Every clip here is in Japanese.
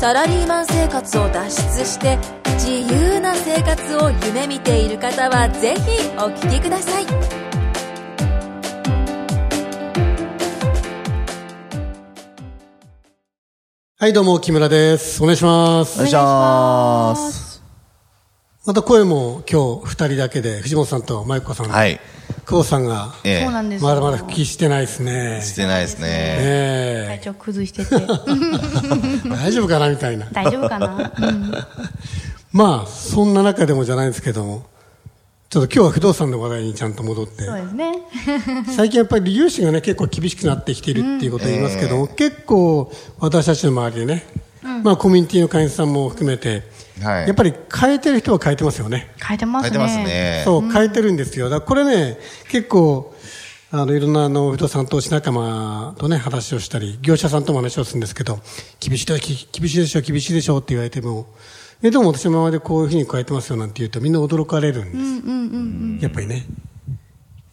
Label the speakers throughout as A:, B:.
A: サラリーマン生活を脱出して自由な生活を夢見ている方はぜひお聞きください
B: はい、どうも、木村です。お願いしま
C: お願
B: す。
C: いします。
B: また声も今日二人だけで、藤本さんと舞子さん、
C: はい。
B: 久保さんが、
C: ええ
D: そうなんですよ
B: まだまだ復帰してないですね。
C: してないですね。
B: え
D: 体調崩して て
B: え大丈夫かなみたいな。
D: 大丈夫かな、うん
B: まあ、そんな中でもじゃないですけども、ちょっと今日は不動産の話題にちゃんと戻って、
D: そうですね
B: 最近やっぱり融資がね、結構厳しくなってきてるっていうことを言いますけども、結構私たちの周りでね、まあコミュニティの会員さんも含めて、
C: はい
B: やっぱり変えてる人は変えてますよね。
D: 変えてます
C: 書いて
D: ね
C: ますね。
B: そう、変えてるんですよ。だからこれね、結構、あの、いろんな、あの、不動産投資仲間とね、話をしたり、業者さんとも話をするんですけど、厳しいでしょ、厳しいでしょ、厳しいでしょって言われても、え、でも私のままでこういうふうに変えてますよなんて言うとみんな驚かれるんです。やっぱりね。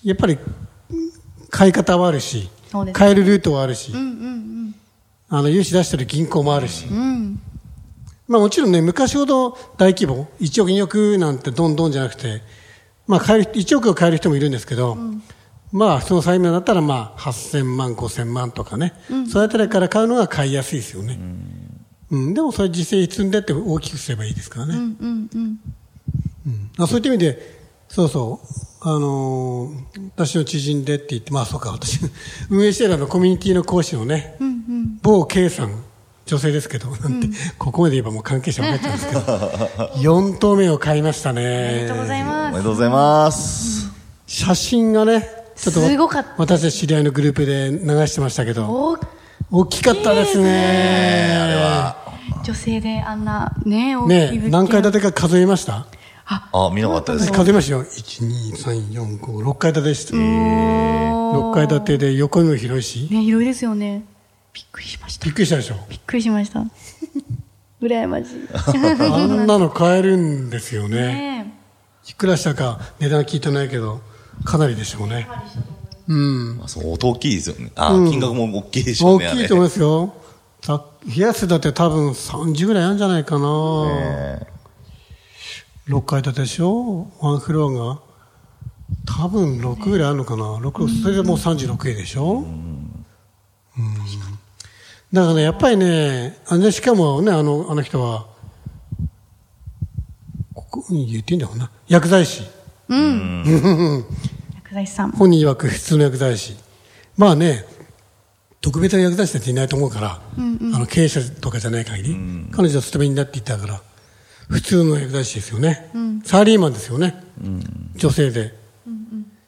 B: やっぱり、買い方はあるし、
D: そうですね
B: 買えるルートはあるし、あの、融資出してる銀行もあるし、まあもちろんね、昔ほど大規模、1億2億なんてどんどんじゃなくて、まあ買える、1億を買える人もいるんですけど、まあその債務だったらまあ8000万、5000万とかね、それあたりから買うのが買いやすいですよね。うん、でもそれ実際に積んでって大きくすればいいですからね。うんあそういった意味で、そうそう、あのー私の知人でって言って、まあそうか、私、 運営してるあのコミュニティの講師のね、某 K さん、女性ですけど、なんて、ここまで言えばもう関係者になっちゃうんですけど、4頭 目を買いました
D: あり
B: ね
D: がとう。ござい
C: お
D: ま
C: め
D: す
C: でとうございます。
B: 写真がね、ちょっと
D: すごかった
B: 私たち知り合いのグループで流してましたけど、
D: お
B: 大きかったですね。あれは。
D: 女性であんなね大きい
B: ね
D: 物件
B: 何階建てか数えました
D: あ
C: あ、見なかったです。
B: 数えましたよ。1、2、3、4、5、6階建てでした。6階建てで横にも広いし。
D: ね広いですよねびっくりし ました
B: びっくりしたでしょ。
D: びっくりしました 羨まし
B: あんなの買えるんですよ
D: い
B: ね。
D: ね
B: いくらしたか値段聞いてないけど、かなりでしょうね。うん。
C: あそう、音大きいですよね。あ、金額も大きいでしょう
B: 大
C: ね。
B: きいと思い
C: い
B: ますよ。ざ冷やすだって多分30ぐらいあるんじゃないかな。6階建てでしょワンフロアが。多分6ぐらいあるのかな。六それでもう36位でしょだからね、やっぱりね、あのしかもね、あの、あの人は、ここ言っていいんだろうな。薬剤師。
D: 薬剤師さん
B: 本人曰く普通の薬剤師。まあね、特別な薬剤師なんていないと思うから、あの経営者とかじゃない限り、彼女は勤め人だって言ったから、普通の薬剤師ですよね。サラリーマンですよね。女性で。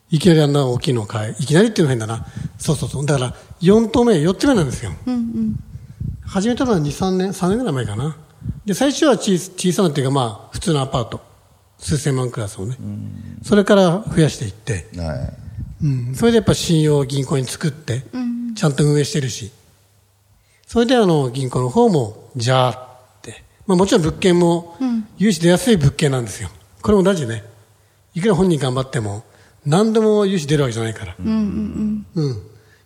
B: いきなりあんな大きいのを買い、いきなりっていうのは変だな。そうそうそう。だから、4頭目、4つ目なんですよ。始めたのは2、3年、3年ぐらい前かな。で、最初は小小さなっていうか、まあ、普通のアパート。数千万クラスをね。それから増やしていって。
C: ええはい。
B: うん、それでやっぱ信用を銀行に作って、ちゃんと運営してるし、それであの銀行の方も、じゃあって、まあ、もちろん物件も、融資出やすい物件なんですよ、これも同じね、いくら本人頑張っても、何でも融資出るわけじゃないから、うん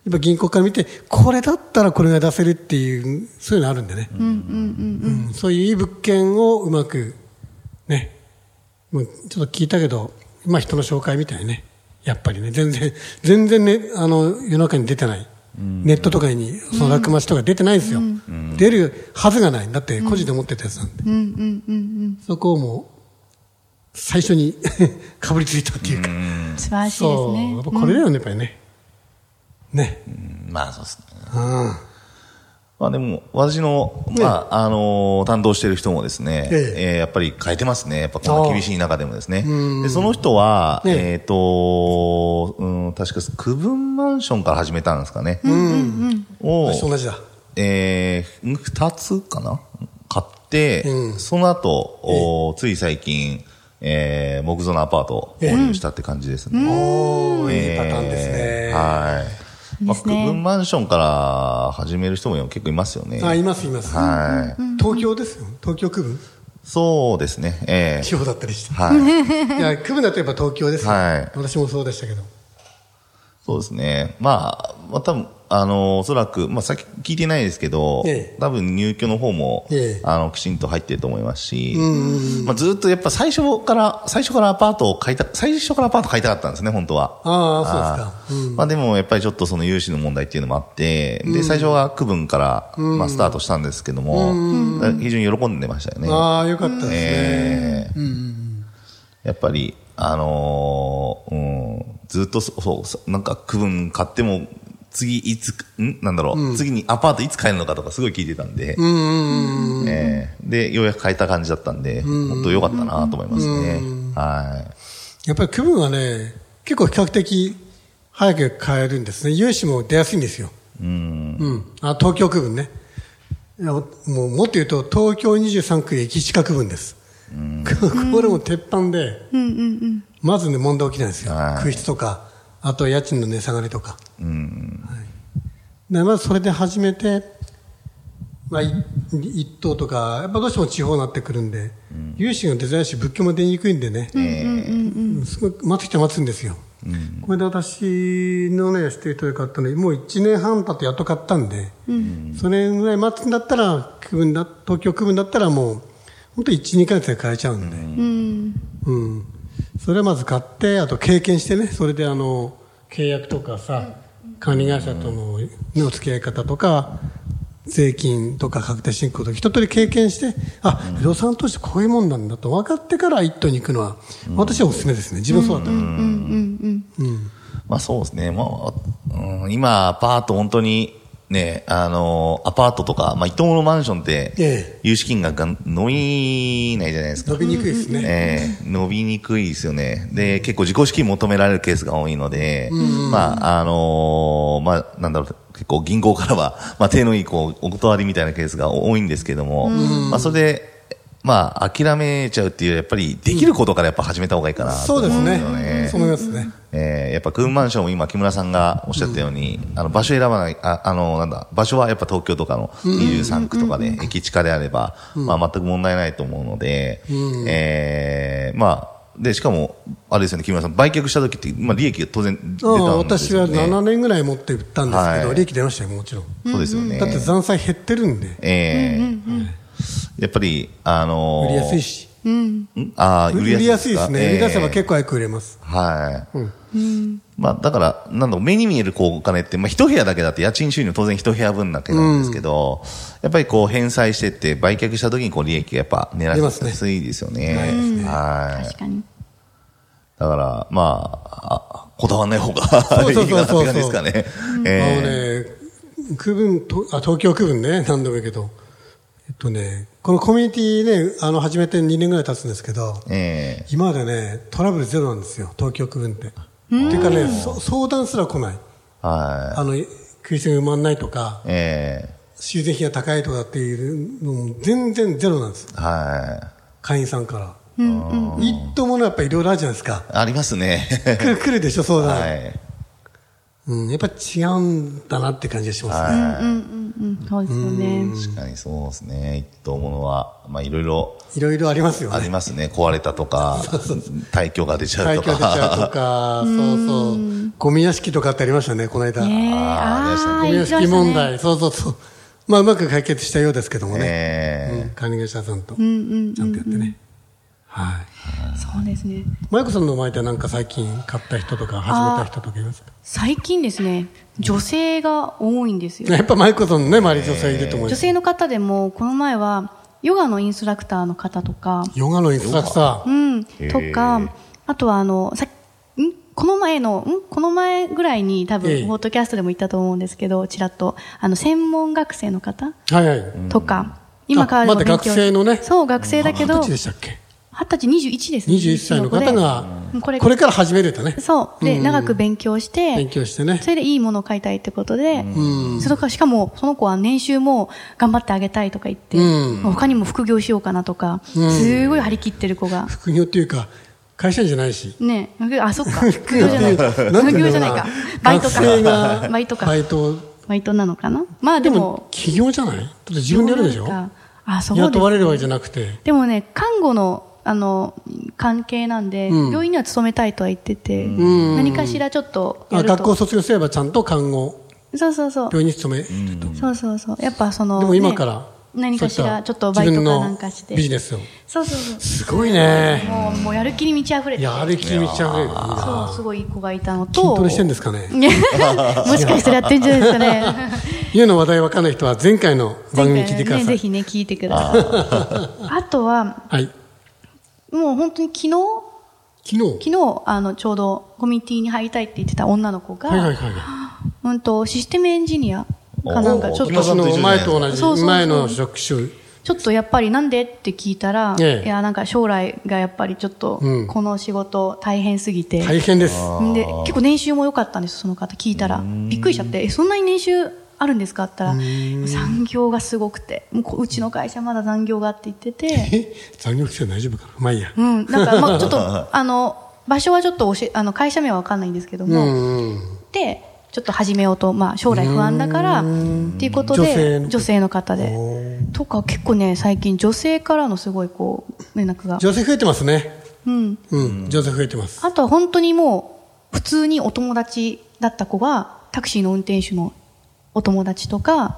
B: やっぱ銀行から見て、これだったらこれが出せるっていう、そういうのあるんでね、うんそういういい物件をうまく、ね、もうちょっと聞いたけど、まあ人の紹介みたいね。やっぱりね、全然、全然ね、あの、世の中に出てない。ネットとかに、その落町とか出てないんですよ。出るはずがない。だって、個人で持ってたやつなんで。そこをもう、最初に かぶりついたっていうか。
D: 素晴らしいです
B: そう。
D: ね
B: やっぱこれだよね、やっぱりね。ね。
C: うんまあ、そうですね。
B: うん
C: まあでも、私の、まあ、あのー担当している人もですね、
B: え
C: えーやっぱり変えてますね。やっぱこんな厳しい中でもですね。で、その人は、
B: ええ
C: えっ、と、うん、確か区分マンションから始めたんですかね。を、
B: 私と同じだ。
C: えー、二つかな買って、
B: うん
C: その後、おーつい最近、えー、木造のアパートを購入したって感じですね。
B: おー、いいパターンです
C: え
B: ね。
C: ーはい。まあ、
D: です
C: 区
D: ね
C: 分マンションから始める人も結構いますよね。
B: あ、いますいます。
C: はい。
B: 東京ですよ。東京区分
C: そうですね。え
B: 地方だったりして。
C: はい。
B: いや、区分だとやっぱ東京ですよ。
C: はい
B: 私もそうでしたけど。
C: そうですね。まあ、まあ、多分あの、おそらく、まあ、さっき聞いてないですけど、
B: ええ
C: 多分入居の方も、
B: ええ
C: あの、きちんと入ってると思いますし、まあ、ずっとやっぱ最初から、最初からアパートを買いた、最初からアパート買いたかったんですね、本当は。
B: ああ、そうですか。
C: はいまあでもやっぱりちょっとその融資の問題っていうのもあって、で、最初は区分から、まあスタートしたんですけども、だから非常に喜んでましたよね。
B: ああ、よかったですね。
C: えーやっぱり、あのーうん、ずっとそそうそ、なんか区分買っても、次いつ、んなんだろう、次にアパートいつ買えるのかとかすごい聞いてたんで、えーで、ようやく買えた感じだったんで、本当良かったなと思いますね。はい。
B: やっぱり区分はね、結構比較的早く買えるんですね。融資も出やすいんですよ。うん。あ、東京区分ね。いやもうもっと言うと、東京23区駅近区分です。 これも鉄板で、まずね、問題起きないんですよ。
C: はい
B: 空室とか、あと家賃の値下がりとか。はい、でまずそれで始めて、まあ、い一棟とか、やっぱどうしても地方になってくるんで、融資が出づらいし、物件も出にくいんでね。すごい待つ人は待つんですよ、これで私のねしてる人で買ったのにもう1年半経ってやっと買ったんで、それぐらい待つんだったら区分だ東京区分だったらもう本当12ヶ月で買えちゃうんで、うんそれはまず買ってあと経験してねそれであの契約とかさ管理会社とのねお付き合い方とか税金とか確定申告とか一通り経験して、あ、不動産投資ってこういうもんなんだと分かってから一棟に行くのは、私はおすすめですね。自分そうだったから。
C: まあそうですね。まあ、うん、今、アパート本当に、ね、あの、アパートとか、まあ、伊東のマンションっ
B: え
C: て、融資金額が伸びないじゃないですか。
B: 伸びにくいですね。
C: ええ伸びにくいですよね。で、結構自己資金求められるケースが多いので、まあ、あのーまあ、なんだろう、結構銀行からは、まあ、手のいい、こう、お断りみたいなケースが多いんですけども、まあ、それで、まあ、諦めちゃうっていう、やっぱり、できることからやっぱ始めた方がいいかなと
B: そう
C: 思
B: で
C: ん
B: すね
C: よ。
B: そう思いますね。
C: えーやっぱクーンマンションも今木村さんがおっしゃったように、あの場所選ばない、ああの、なんだ、場所はやっぱ東京とかの23区とかで、駅地下であれば、まあ全く問題ないと思うので、えーまあ、で、しかも、あれですよね、木村さん、売却した時って、まあ利益が当然出
B: あ
C: たんですよね。
B: 私は7年ぐらい持って売ったんですけど、
C: はい
B: 利益出ましたよ、もちろん。
C: そうですよね。
B: だって残債減ってるんで、
C: えーやっぱり、あのー
B: 売りやすいし。
C: んあ
B: 売
C: ー売
B: り
C: り
B: や
C: や
B: す
C: す
B: い
C: い
B: です
C: か
B: ね。売り出せば
C: えー
B: 結構早く売れます。
C: はい。まあ、だから、なんだろう、目に見えるこうお金って、まあ、一部屋だけだって家賃収入当然一部屋分なわけなんですけど、やっぱりこう返済してって、売却した時にこう利益がやっぱ狙いやすいですよね。はい。
D: 確かに。
C: だから、まあ、あこだわらない方がいい
B: そうそうそう
C: かなって
B: そう
C: 感じですかね。
B: あの
C: え
B: ね、区分とあ、東京区分ね、何度も言うけど、えっとね、このコミュニティね、あの、始めて2年ぐらい経つんですけど、
C: ーえ
B: 今までね、トラブルゼロなんですよ、東京区分って。っていうかね、そ相談すら来ない。
C: ーはい。
B: あの、食いつが埋まんないとか、
C: え
B: 修繕費が高いとかっていうのも全然ゼロなんです。
C: ーは
B: 会員さんから。一等ものやっぱいろいろあるじゃないですか。
C: い。あります ね。
B: 来る来るでしょ、相談。
C: はい。
B: うん、やっぱ違うんだなって感じがしますね。
D: うん、そうですよね。
C: 確かにそうですね。一等ものは、まあ、いろいろ
B: いろいろありますよ
C: あ
B: ね
C: り。ますね。壊れたとか、退去が出ちゃう
B: 廃
C: と
B: 墟出ちゃう
C: か。
B: とか、そうそう。ゴミ屋敷とかってありましたね、この間。
D: ねえ
C: あー
D: あ
C: あ
D: ー、
B: ゴミ
D: 言
B: 屋
D: ってま
B: 敷
D: した
B: 問
D: ね。
B: 題、そうそうそう。まあ、うまく解決したようですけどもね。
C: え
B: うん管理会社さんと、ちゃんとやってね。はい。
D: そうですね。
B: マイコさんの前でなんか最近買った人とか始めた人とかいますか
D: 最近ですね、女性が多いんですよ。
B: やっぱマイコさんのね、周り女性いると思いま
D: 女
B: す。
D: 性の方でも、この前は、ヨガのインストラクターの方とか、
B: ヨガのインストラクタ
D: う
B: ー。
D: ん、とか
C: へー、
D: あとはあの、さんこの前の、んこの前ぐらいに多
B: ええ
D: 分、ポッドキャストでも言ったと思うんですけど、ちらっと、あの、専門学生の方
B: はいはい。
D: とか、今からでも
B: まだ
D: 勉強
B: 学生のね
D: そう、学生だけ
B: ど
D: ど、
B: っち
D: 二
B: で
D: 十
B: したっけ
D: 歳、21ですね。
B: ?21 歳の方が
D: これ
B: これから始めるとね。
D: そうで、長く勉強して
B: 勉強してね
D: そ。れでいいものを買いたいってことで、それからしかもその子は年収も頑張ってあげたいとか言って、
B: うん
D: 他にも副業しようかなとか、すごい張り切ってる子が。
B: 副業っていうか、会社員じゃないし。
D: ねえ、あ、そっか。 副業じゃないか。
B: なん
D: 副
B: てい
D: 業
B: う
D: じゃ
B: の
D: ない
B: な
D: か。バイト
B: 学生
D: か
B: が。
D: バイトか
B: バ。イト。
D: バイトなのかなまあ
B: で
D: でも
B: も、、起業じゃないだって自分でやるでしょ
D: なんかあ、そうです
B: 雇われるわけじゃなくて。
D: でもね、看護の、あの、関係なんで、
B: うん
D: 病院には勤めたいとは言ってて、
B: ん
D: 何かしらちょっとや
B: あ
D: ると。
B: 学校卒業すればちゃんと看護、
D: そうそうそう。
B: 病院に勤めると。で
D: そうそうそう。やっぱその、
B: も今
D: ね
B: から、
D: 何かし
B: そうい
D: ら
B: た
D: ちょっとバイトかなんかし
B: 自分の
D: て。
B: ビジネスを。
D: そうそうそう。
B: すごいね。
D: もう、もうやる気に満ち溢れて。
B: やる気に満ち溢れる。いい
D: そ
B: な
D: う、すごいいい子がいたのと。
B: 筋トレしてんですかね。
D: もしかしたらやってんじゃないですかね。
B: 家の話題わかんない人は前回の 番組聞いてくだ
D: ね、
B: さ
D: ぜ
B: い。
D: ひね、聞いてください。あとは、
B: はい。
D: もう本当に昨日、
B: 昨日。
D: 昨日、あの、ちょうどコミュニティに入りたいって言ってた女の子が、
B: はいはいはい。
D: うんと、システムエンジニアかなんか、
C: おー
D: ちょっ
C: 木村さ
B: 私
C: ん
D: と、
C: と
B: の
C: 一緒じゃない
B: 前と同
D: そうそうそ
B: じ、
D: う
B: 前の職種。
D: ちょっとやっぱりなんでって聞いたら、
B: ええ
D: いや、なんか将来がやっぱりちょっと
B: うん、
D: この仕事大変すぎて、
B: 大変です。
D: で結構年収も良かったんですよその方聞いたらびっくりしちゃってえそんなに年収あるんですかって言ったら残業がすごくてもうこううちの会社まだ残業がって言っ てて、
B: え残業規制大丈夫かなまあいいや。
D: うん、なんかまあちょっとあの場所はちょっと教えあの会社名は分かんないんですけど
B: う
D: も、
B: んうん。
D: でちょっと始めようと、まあ、将来不安だからっていうことで
B: 女性の方
D: の方でとか結構ね最近女性からのすごいこう連絡が、
B: 女性増えてますね。
D: うん、
B: うん。女性増えてます。
D: あとは本当にもう、普通にお友達だった子が、タクシーの運転手のお友達とか、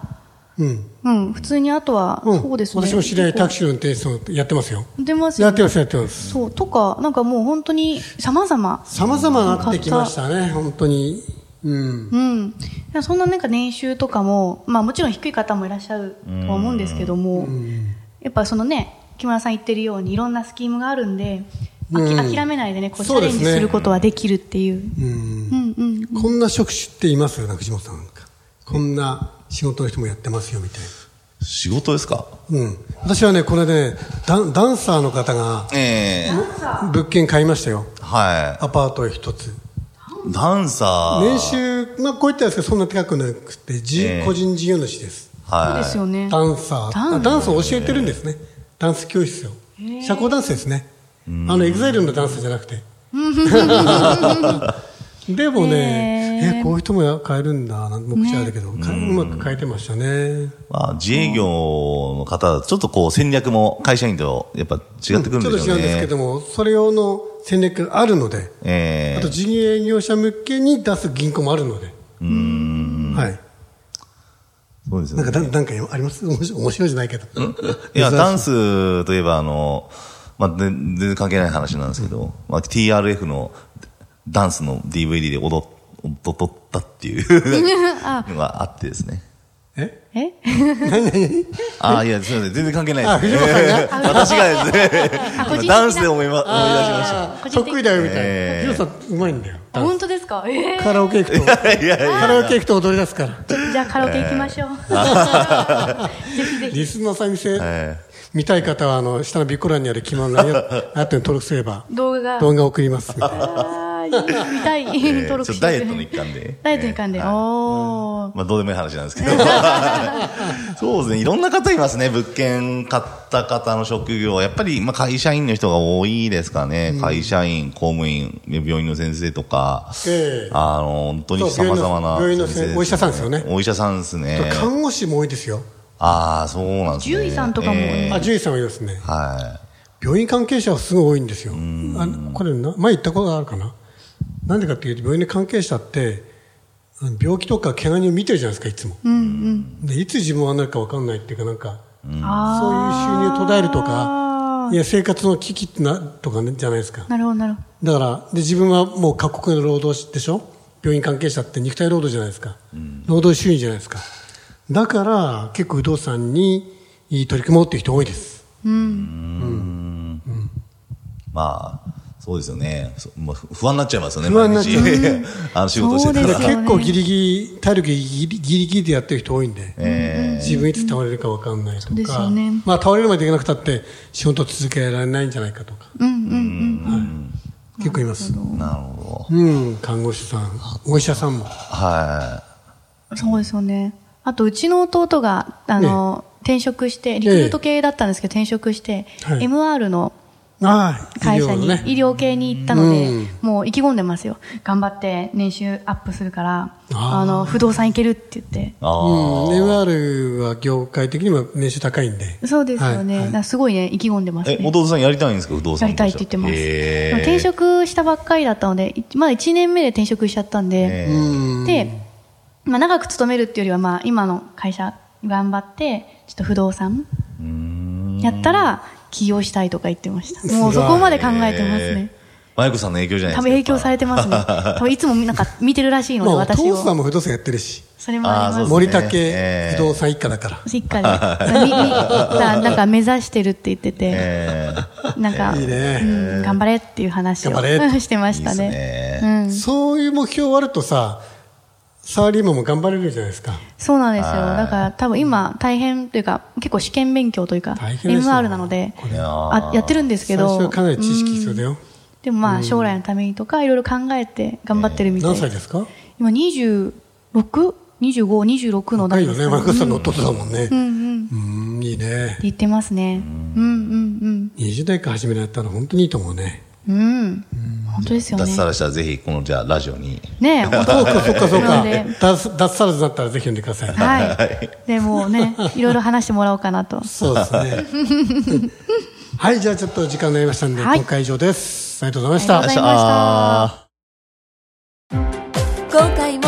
B: うん。
D: うん、普通にあとは、
B: うん
D: そうですね。
B: 私も知り合いタク
D: シ
B: シーの運転手さんやってますよ。
D: ー。出ます
B: や
D: よ
B: っ
D: ね、
B: てます、やってます。
D: そう、とか、なんかもう本当に様々。
B: 様々なってきましたね、本当に。うん。
D: うん。そんななんか年収とかも、まあもちろん低い方もいらっしゃるとは思うんですけども、やっぱそのね、木村さん言ってるようにいろんなスキームがあるんで、あき
B: うん
D: 諦めないでね、こうチ
B: そ
D: ャ
B: うで
D: レ
B: す
D: ン
B: ね
D: ジすることはできるっていう。
B: うん。
D: うんうん。
B: こんな職種っています中島さんなんか。こんな仕事の人もやってますよ、みたいな。
C: 仕事ですか
B: うん、私はね、これねダン、ダンサーの方が
C: ええ
B: 物件買いましたよ、
C: は
B: アパート一つ。
C: い。ダンサー。
B: 年収、まあ、こういったやつがそんな高くなくて、じ
C: ええ
B: 個人事業主です、
D: そう
C: は
D: で
C: い。
D: すよね。
B: ダンサー、
D: ダン
B: あダンスを教えてるんですね、ダンス教室を、社交ダンスですね、あのエグザイルのダンスじゃなく て。でもね、
D: へえ
B: えこういう人も買えるんだなんて目標あるけど、かうまく変えてましたね。
C: まあ、自営業の方だと、ちょっとこう戦略も会社員とやっぱ違ってくるんでし
B: ち
C: ょ
B: ょっと違う
C: うね。
B: んですけども、それ用の戦略があるので、
C: ええ
B: あと事業者向けに出す銀行もあるので。はい。
C: そうですよ
B: なんか、
C: ね。
B: だなんかあります面白面白いじゃないけど。
C: い や、ダン
B: ス。
C: スといえば、あの、まあ、で全然関係ない話なんですけど、まあ、TRF のダンスの DVD で踊っ踊ったっていう のがあってですね。
B: え
D: え
C: ああ、いや、すみません。全然関係な
B: あ、
C: い
B: 藤
C: ですね。
B: 本さんが
C: 私がですね、
D: 個人的
C: 今
D: な
C: ダンスで思いま思い出しまし
D: 個人的に
B: 得意だよみた
C: え
B: い
C: ー
B: な。藤本さん、うまいんだよ。
D: あ本当ですかええ
B: カラオケ行くと、カ
C: た。いやいや
B: ラオケ行くと踊り出すから。
D: じゃあカラオケ行きましょう。ぜひぜひ。
B: リスナーさん見せ、
C: え
B: 見たい方は、あの、下のビッコ欄にあるキモンライン アップに登録すれば、
D: 動画が。
B: 動画を送りますみたいな。
D: ああ、いい見たい。
C: え
D: 登
C: ち
D: 録
C: ょっ
D: し
C: と
D: て
C: ダイエットの一環で。
D: ダイエットに関で。
C: ええ
D: お
C: はい
D: ー。
C: まあ、どうでもいい話なんですけど。 そうですね。いろんな方いますね。物件買った方の職業。やっぱり、まあ、会社員の人が多いですかね。会社員、公務員、病院の先生とか。
B: ええ
C: あの、本当に
B: そう
C: 様々な
B: 病院の
C: 先生
B: 病院のお医者さんですよね
C: お医者さんですね。
B: 看護師も多いですよ。
C: ああ、そうなんですね。
D: 獣医さんとかも
C: ええ
B: あ、獣医さんはいますね。
C: は
B: 病院関係者はすごい多いんですよ。あこれな、前言ったことがあるかな。なんでかっていうと、病院の関係者って、あの病気とか怪我人を見てるじゃないですか、いつも。でいつ自分はなるか分かんないっていうか、なんか、そういう収入を途絶えるとか、いや、生活の危機ってな、とかね、じゃないですか。
D: なるほど、なるほ
B: だから、で、自分はもう過酷な労働でしょ病院関係者って肉体労働じゃないですか。労働収入じゃないですか。だから、結構、有働さんにいい取り組もうっていう人多いです。
C: い。まあ、そうですよね。そまあ、ふ不安になっちゃいますよね。
B: 不安になっちゃう
C: 毎日 あの、仕事してた
D: そう
C: ら
D: です。よね
B: 結構ギリギリ、体力ギリギリギリでやってる人多いんで、自分いつ倒れるか分かんないと
D: そうです
B: か、
D: よね
B: まあ倒れるまでいけなくたって仕事続けられないんじゃないかとか、
D: ど。うんうんうん。
B: 結構います。
C: なるほど。
B: うん、看護師さん、お医者さんも。
C: は
D: そうですよね。あと、うちの弟が、あの、転職して、リクルート系だったんですけど、転職して、
B: はい
D: MR の
B: ああ、
D: 会社に、医療,、
B: ね。
D: 系に行ったので、
B: うん
D: もう意気込んでますよ。頑張って年収アップするから、
B: あー
D: あの、不動産行けるって言って。
C: い。ああ
B: う。ん、MR は業界的にも年収高いんで。
D: そうですよね。
B: はいはい
D: だからすごいね、意気込んでます
C: え、お
D: ね。
C: 父さんやりたいんですか不動
D: や
C: 産
D: りたいって言ってます。
C: へー
D: 転職したばっかりだったので、いまだ1年目で転職しちゃったん
C: え
D: で、
B: う
C: ー
B: ん。
D: で、まあ、長く勤めるっていうよりは、まあ、今の会社頑張って、ちょっと不動産
C: うーん
D: やったら、起業したいとか言ってました。もうそこまで考えてます
C: え。
D: ね
C: ーマイコさんの影響じゃないですか。
D: 多分影響されてますね。多分いつもなんか見てるらしいの
B: まあ、
D: で、
B: お
D: 私
B: 父
D: を。
B: さんも不動産やってるし、
D: それもあり
C: あー
D: ます
C: そう。で
B: 森
C: すね
B: 竹
C: ええ
B: 不動産一家だから。
D: しっかり。みみななんか目指してるって言ってて、
C: えー
D: なんか、
B: いいね
D: うん頑張れっていう話を
B: 頑張れ
D: してました
C: いいで
D: ね
C: す。ね
D: うん
B: そういう目標があるとさ、サラリーマンも頑張れるじゃないですか。
D: そうなんですよ。
C: はい
D: だから多分今大変というか、結構試験勉強というか、
B: 大変ですよ
D: MR なので、
B: これ
D: あやってるんですけ
B: 最
D: ど、
B: 初はかなり知識必要だ
D: うん
B: よ。
D: でもまあ将来のためにとか、いろいろ考えて頑張ってるみたい
B: 何
D: で
B: 歳
D: す。
B: ですか
D: 今 26?25?26 の
B: 若
D: 段
B: い
D: で
B: よ
D: す
B: ね、
D: から
B: マイコさんの弟だもんね。
D: うんうん。って
B: うん、いいね。
D: 言ってますね。うん
B: 20代から始められたら本当にいいと思うね。
D: うんうん。うん。本当ですよね
C: 脱。サラしたらぜひ、このじゃあラジオに。
D: ねえ、本当
B: そうか、そうか、そう
D: な
B: か
D: ので。
B: 脱脱サラズだったらぜひ読んでください。
D: はい。でも うね、いろいろ話してもらおうかなと。
B: そうですね。 はい、じゃあちょっと時間になりましたんで、
D: はい
B: 今回以上です。ありがとうございました
D: ありがとうございま。した
A: 今回も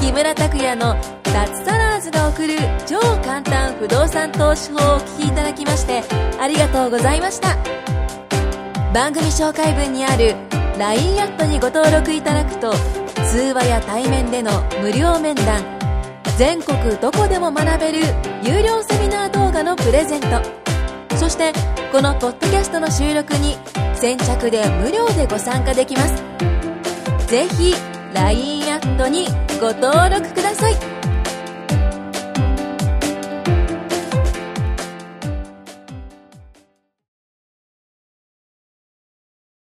A: 木村拓哉の脱サラーズが送る超簡単不動産投資法をお聞きいただきましてありがとうございました番組紹介文にある LINE アットにご登録いただくと通話や対面での無料面談全国どこでも学べる有料セミナー動画のプレゼントそしてこのポッドキャストの収録に先着で無料でご参加できますぜひ LINE アットにご登録ください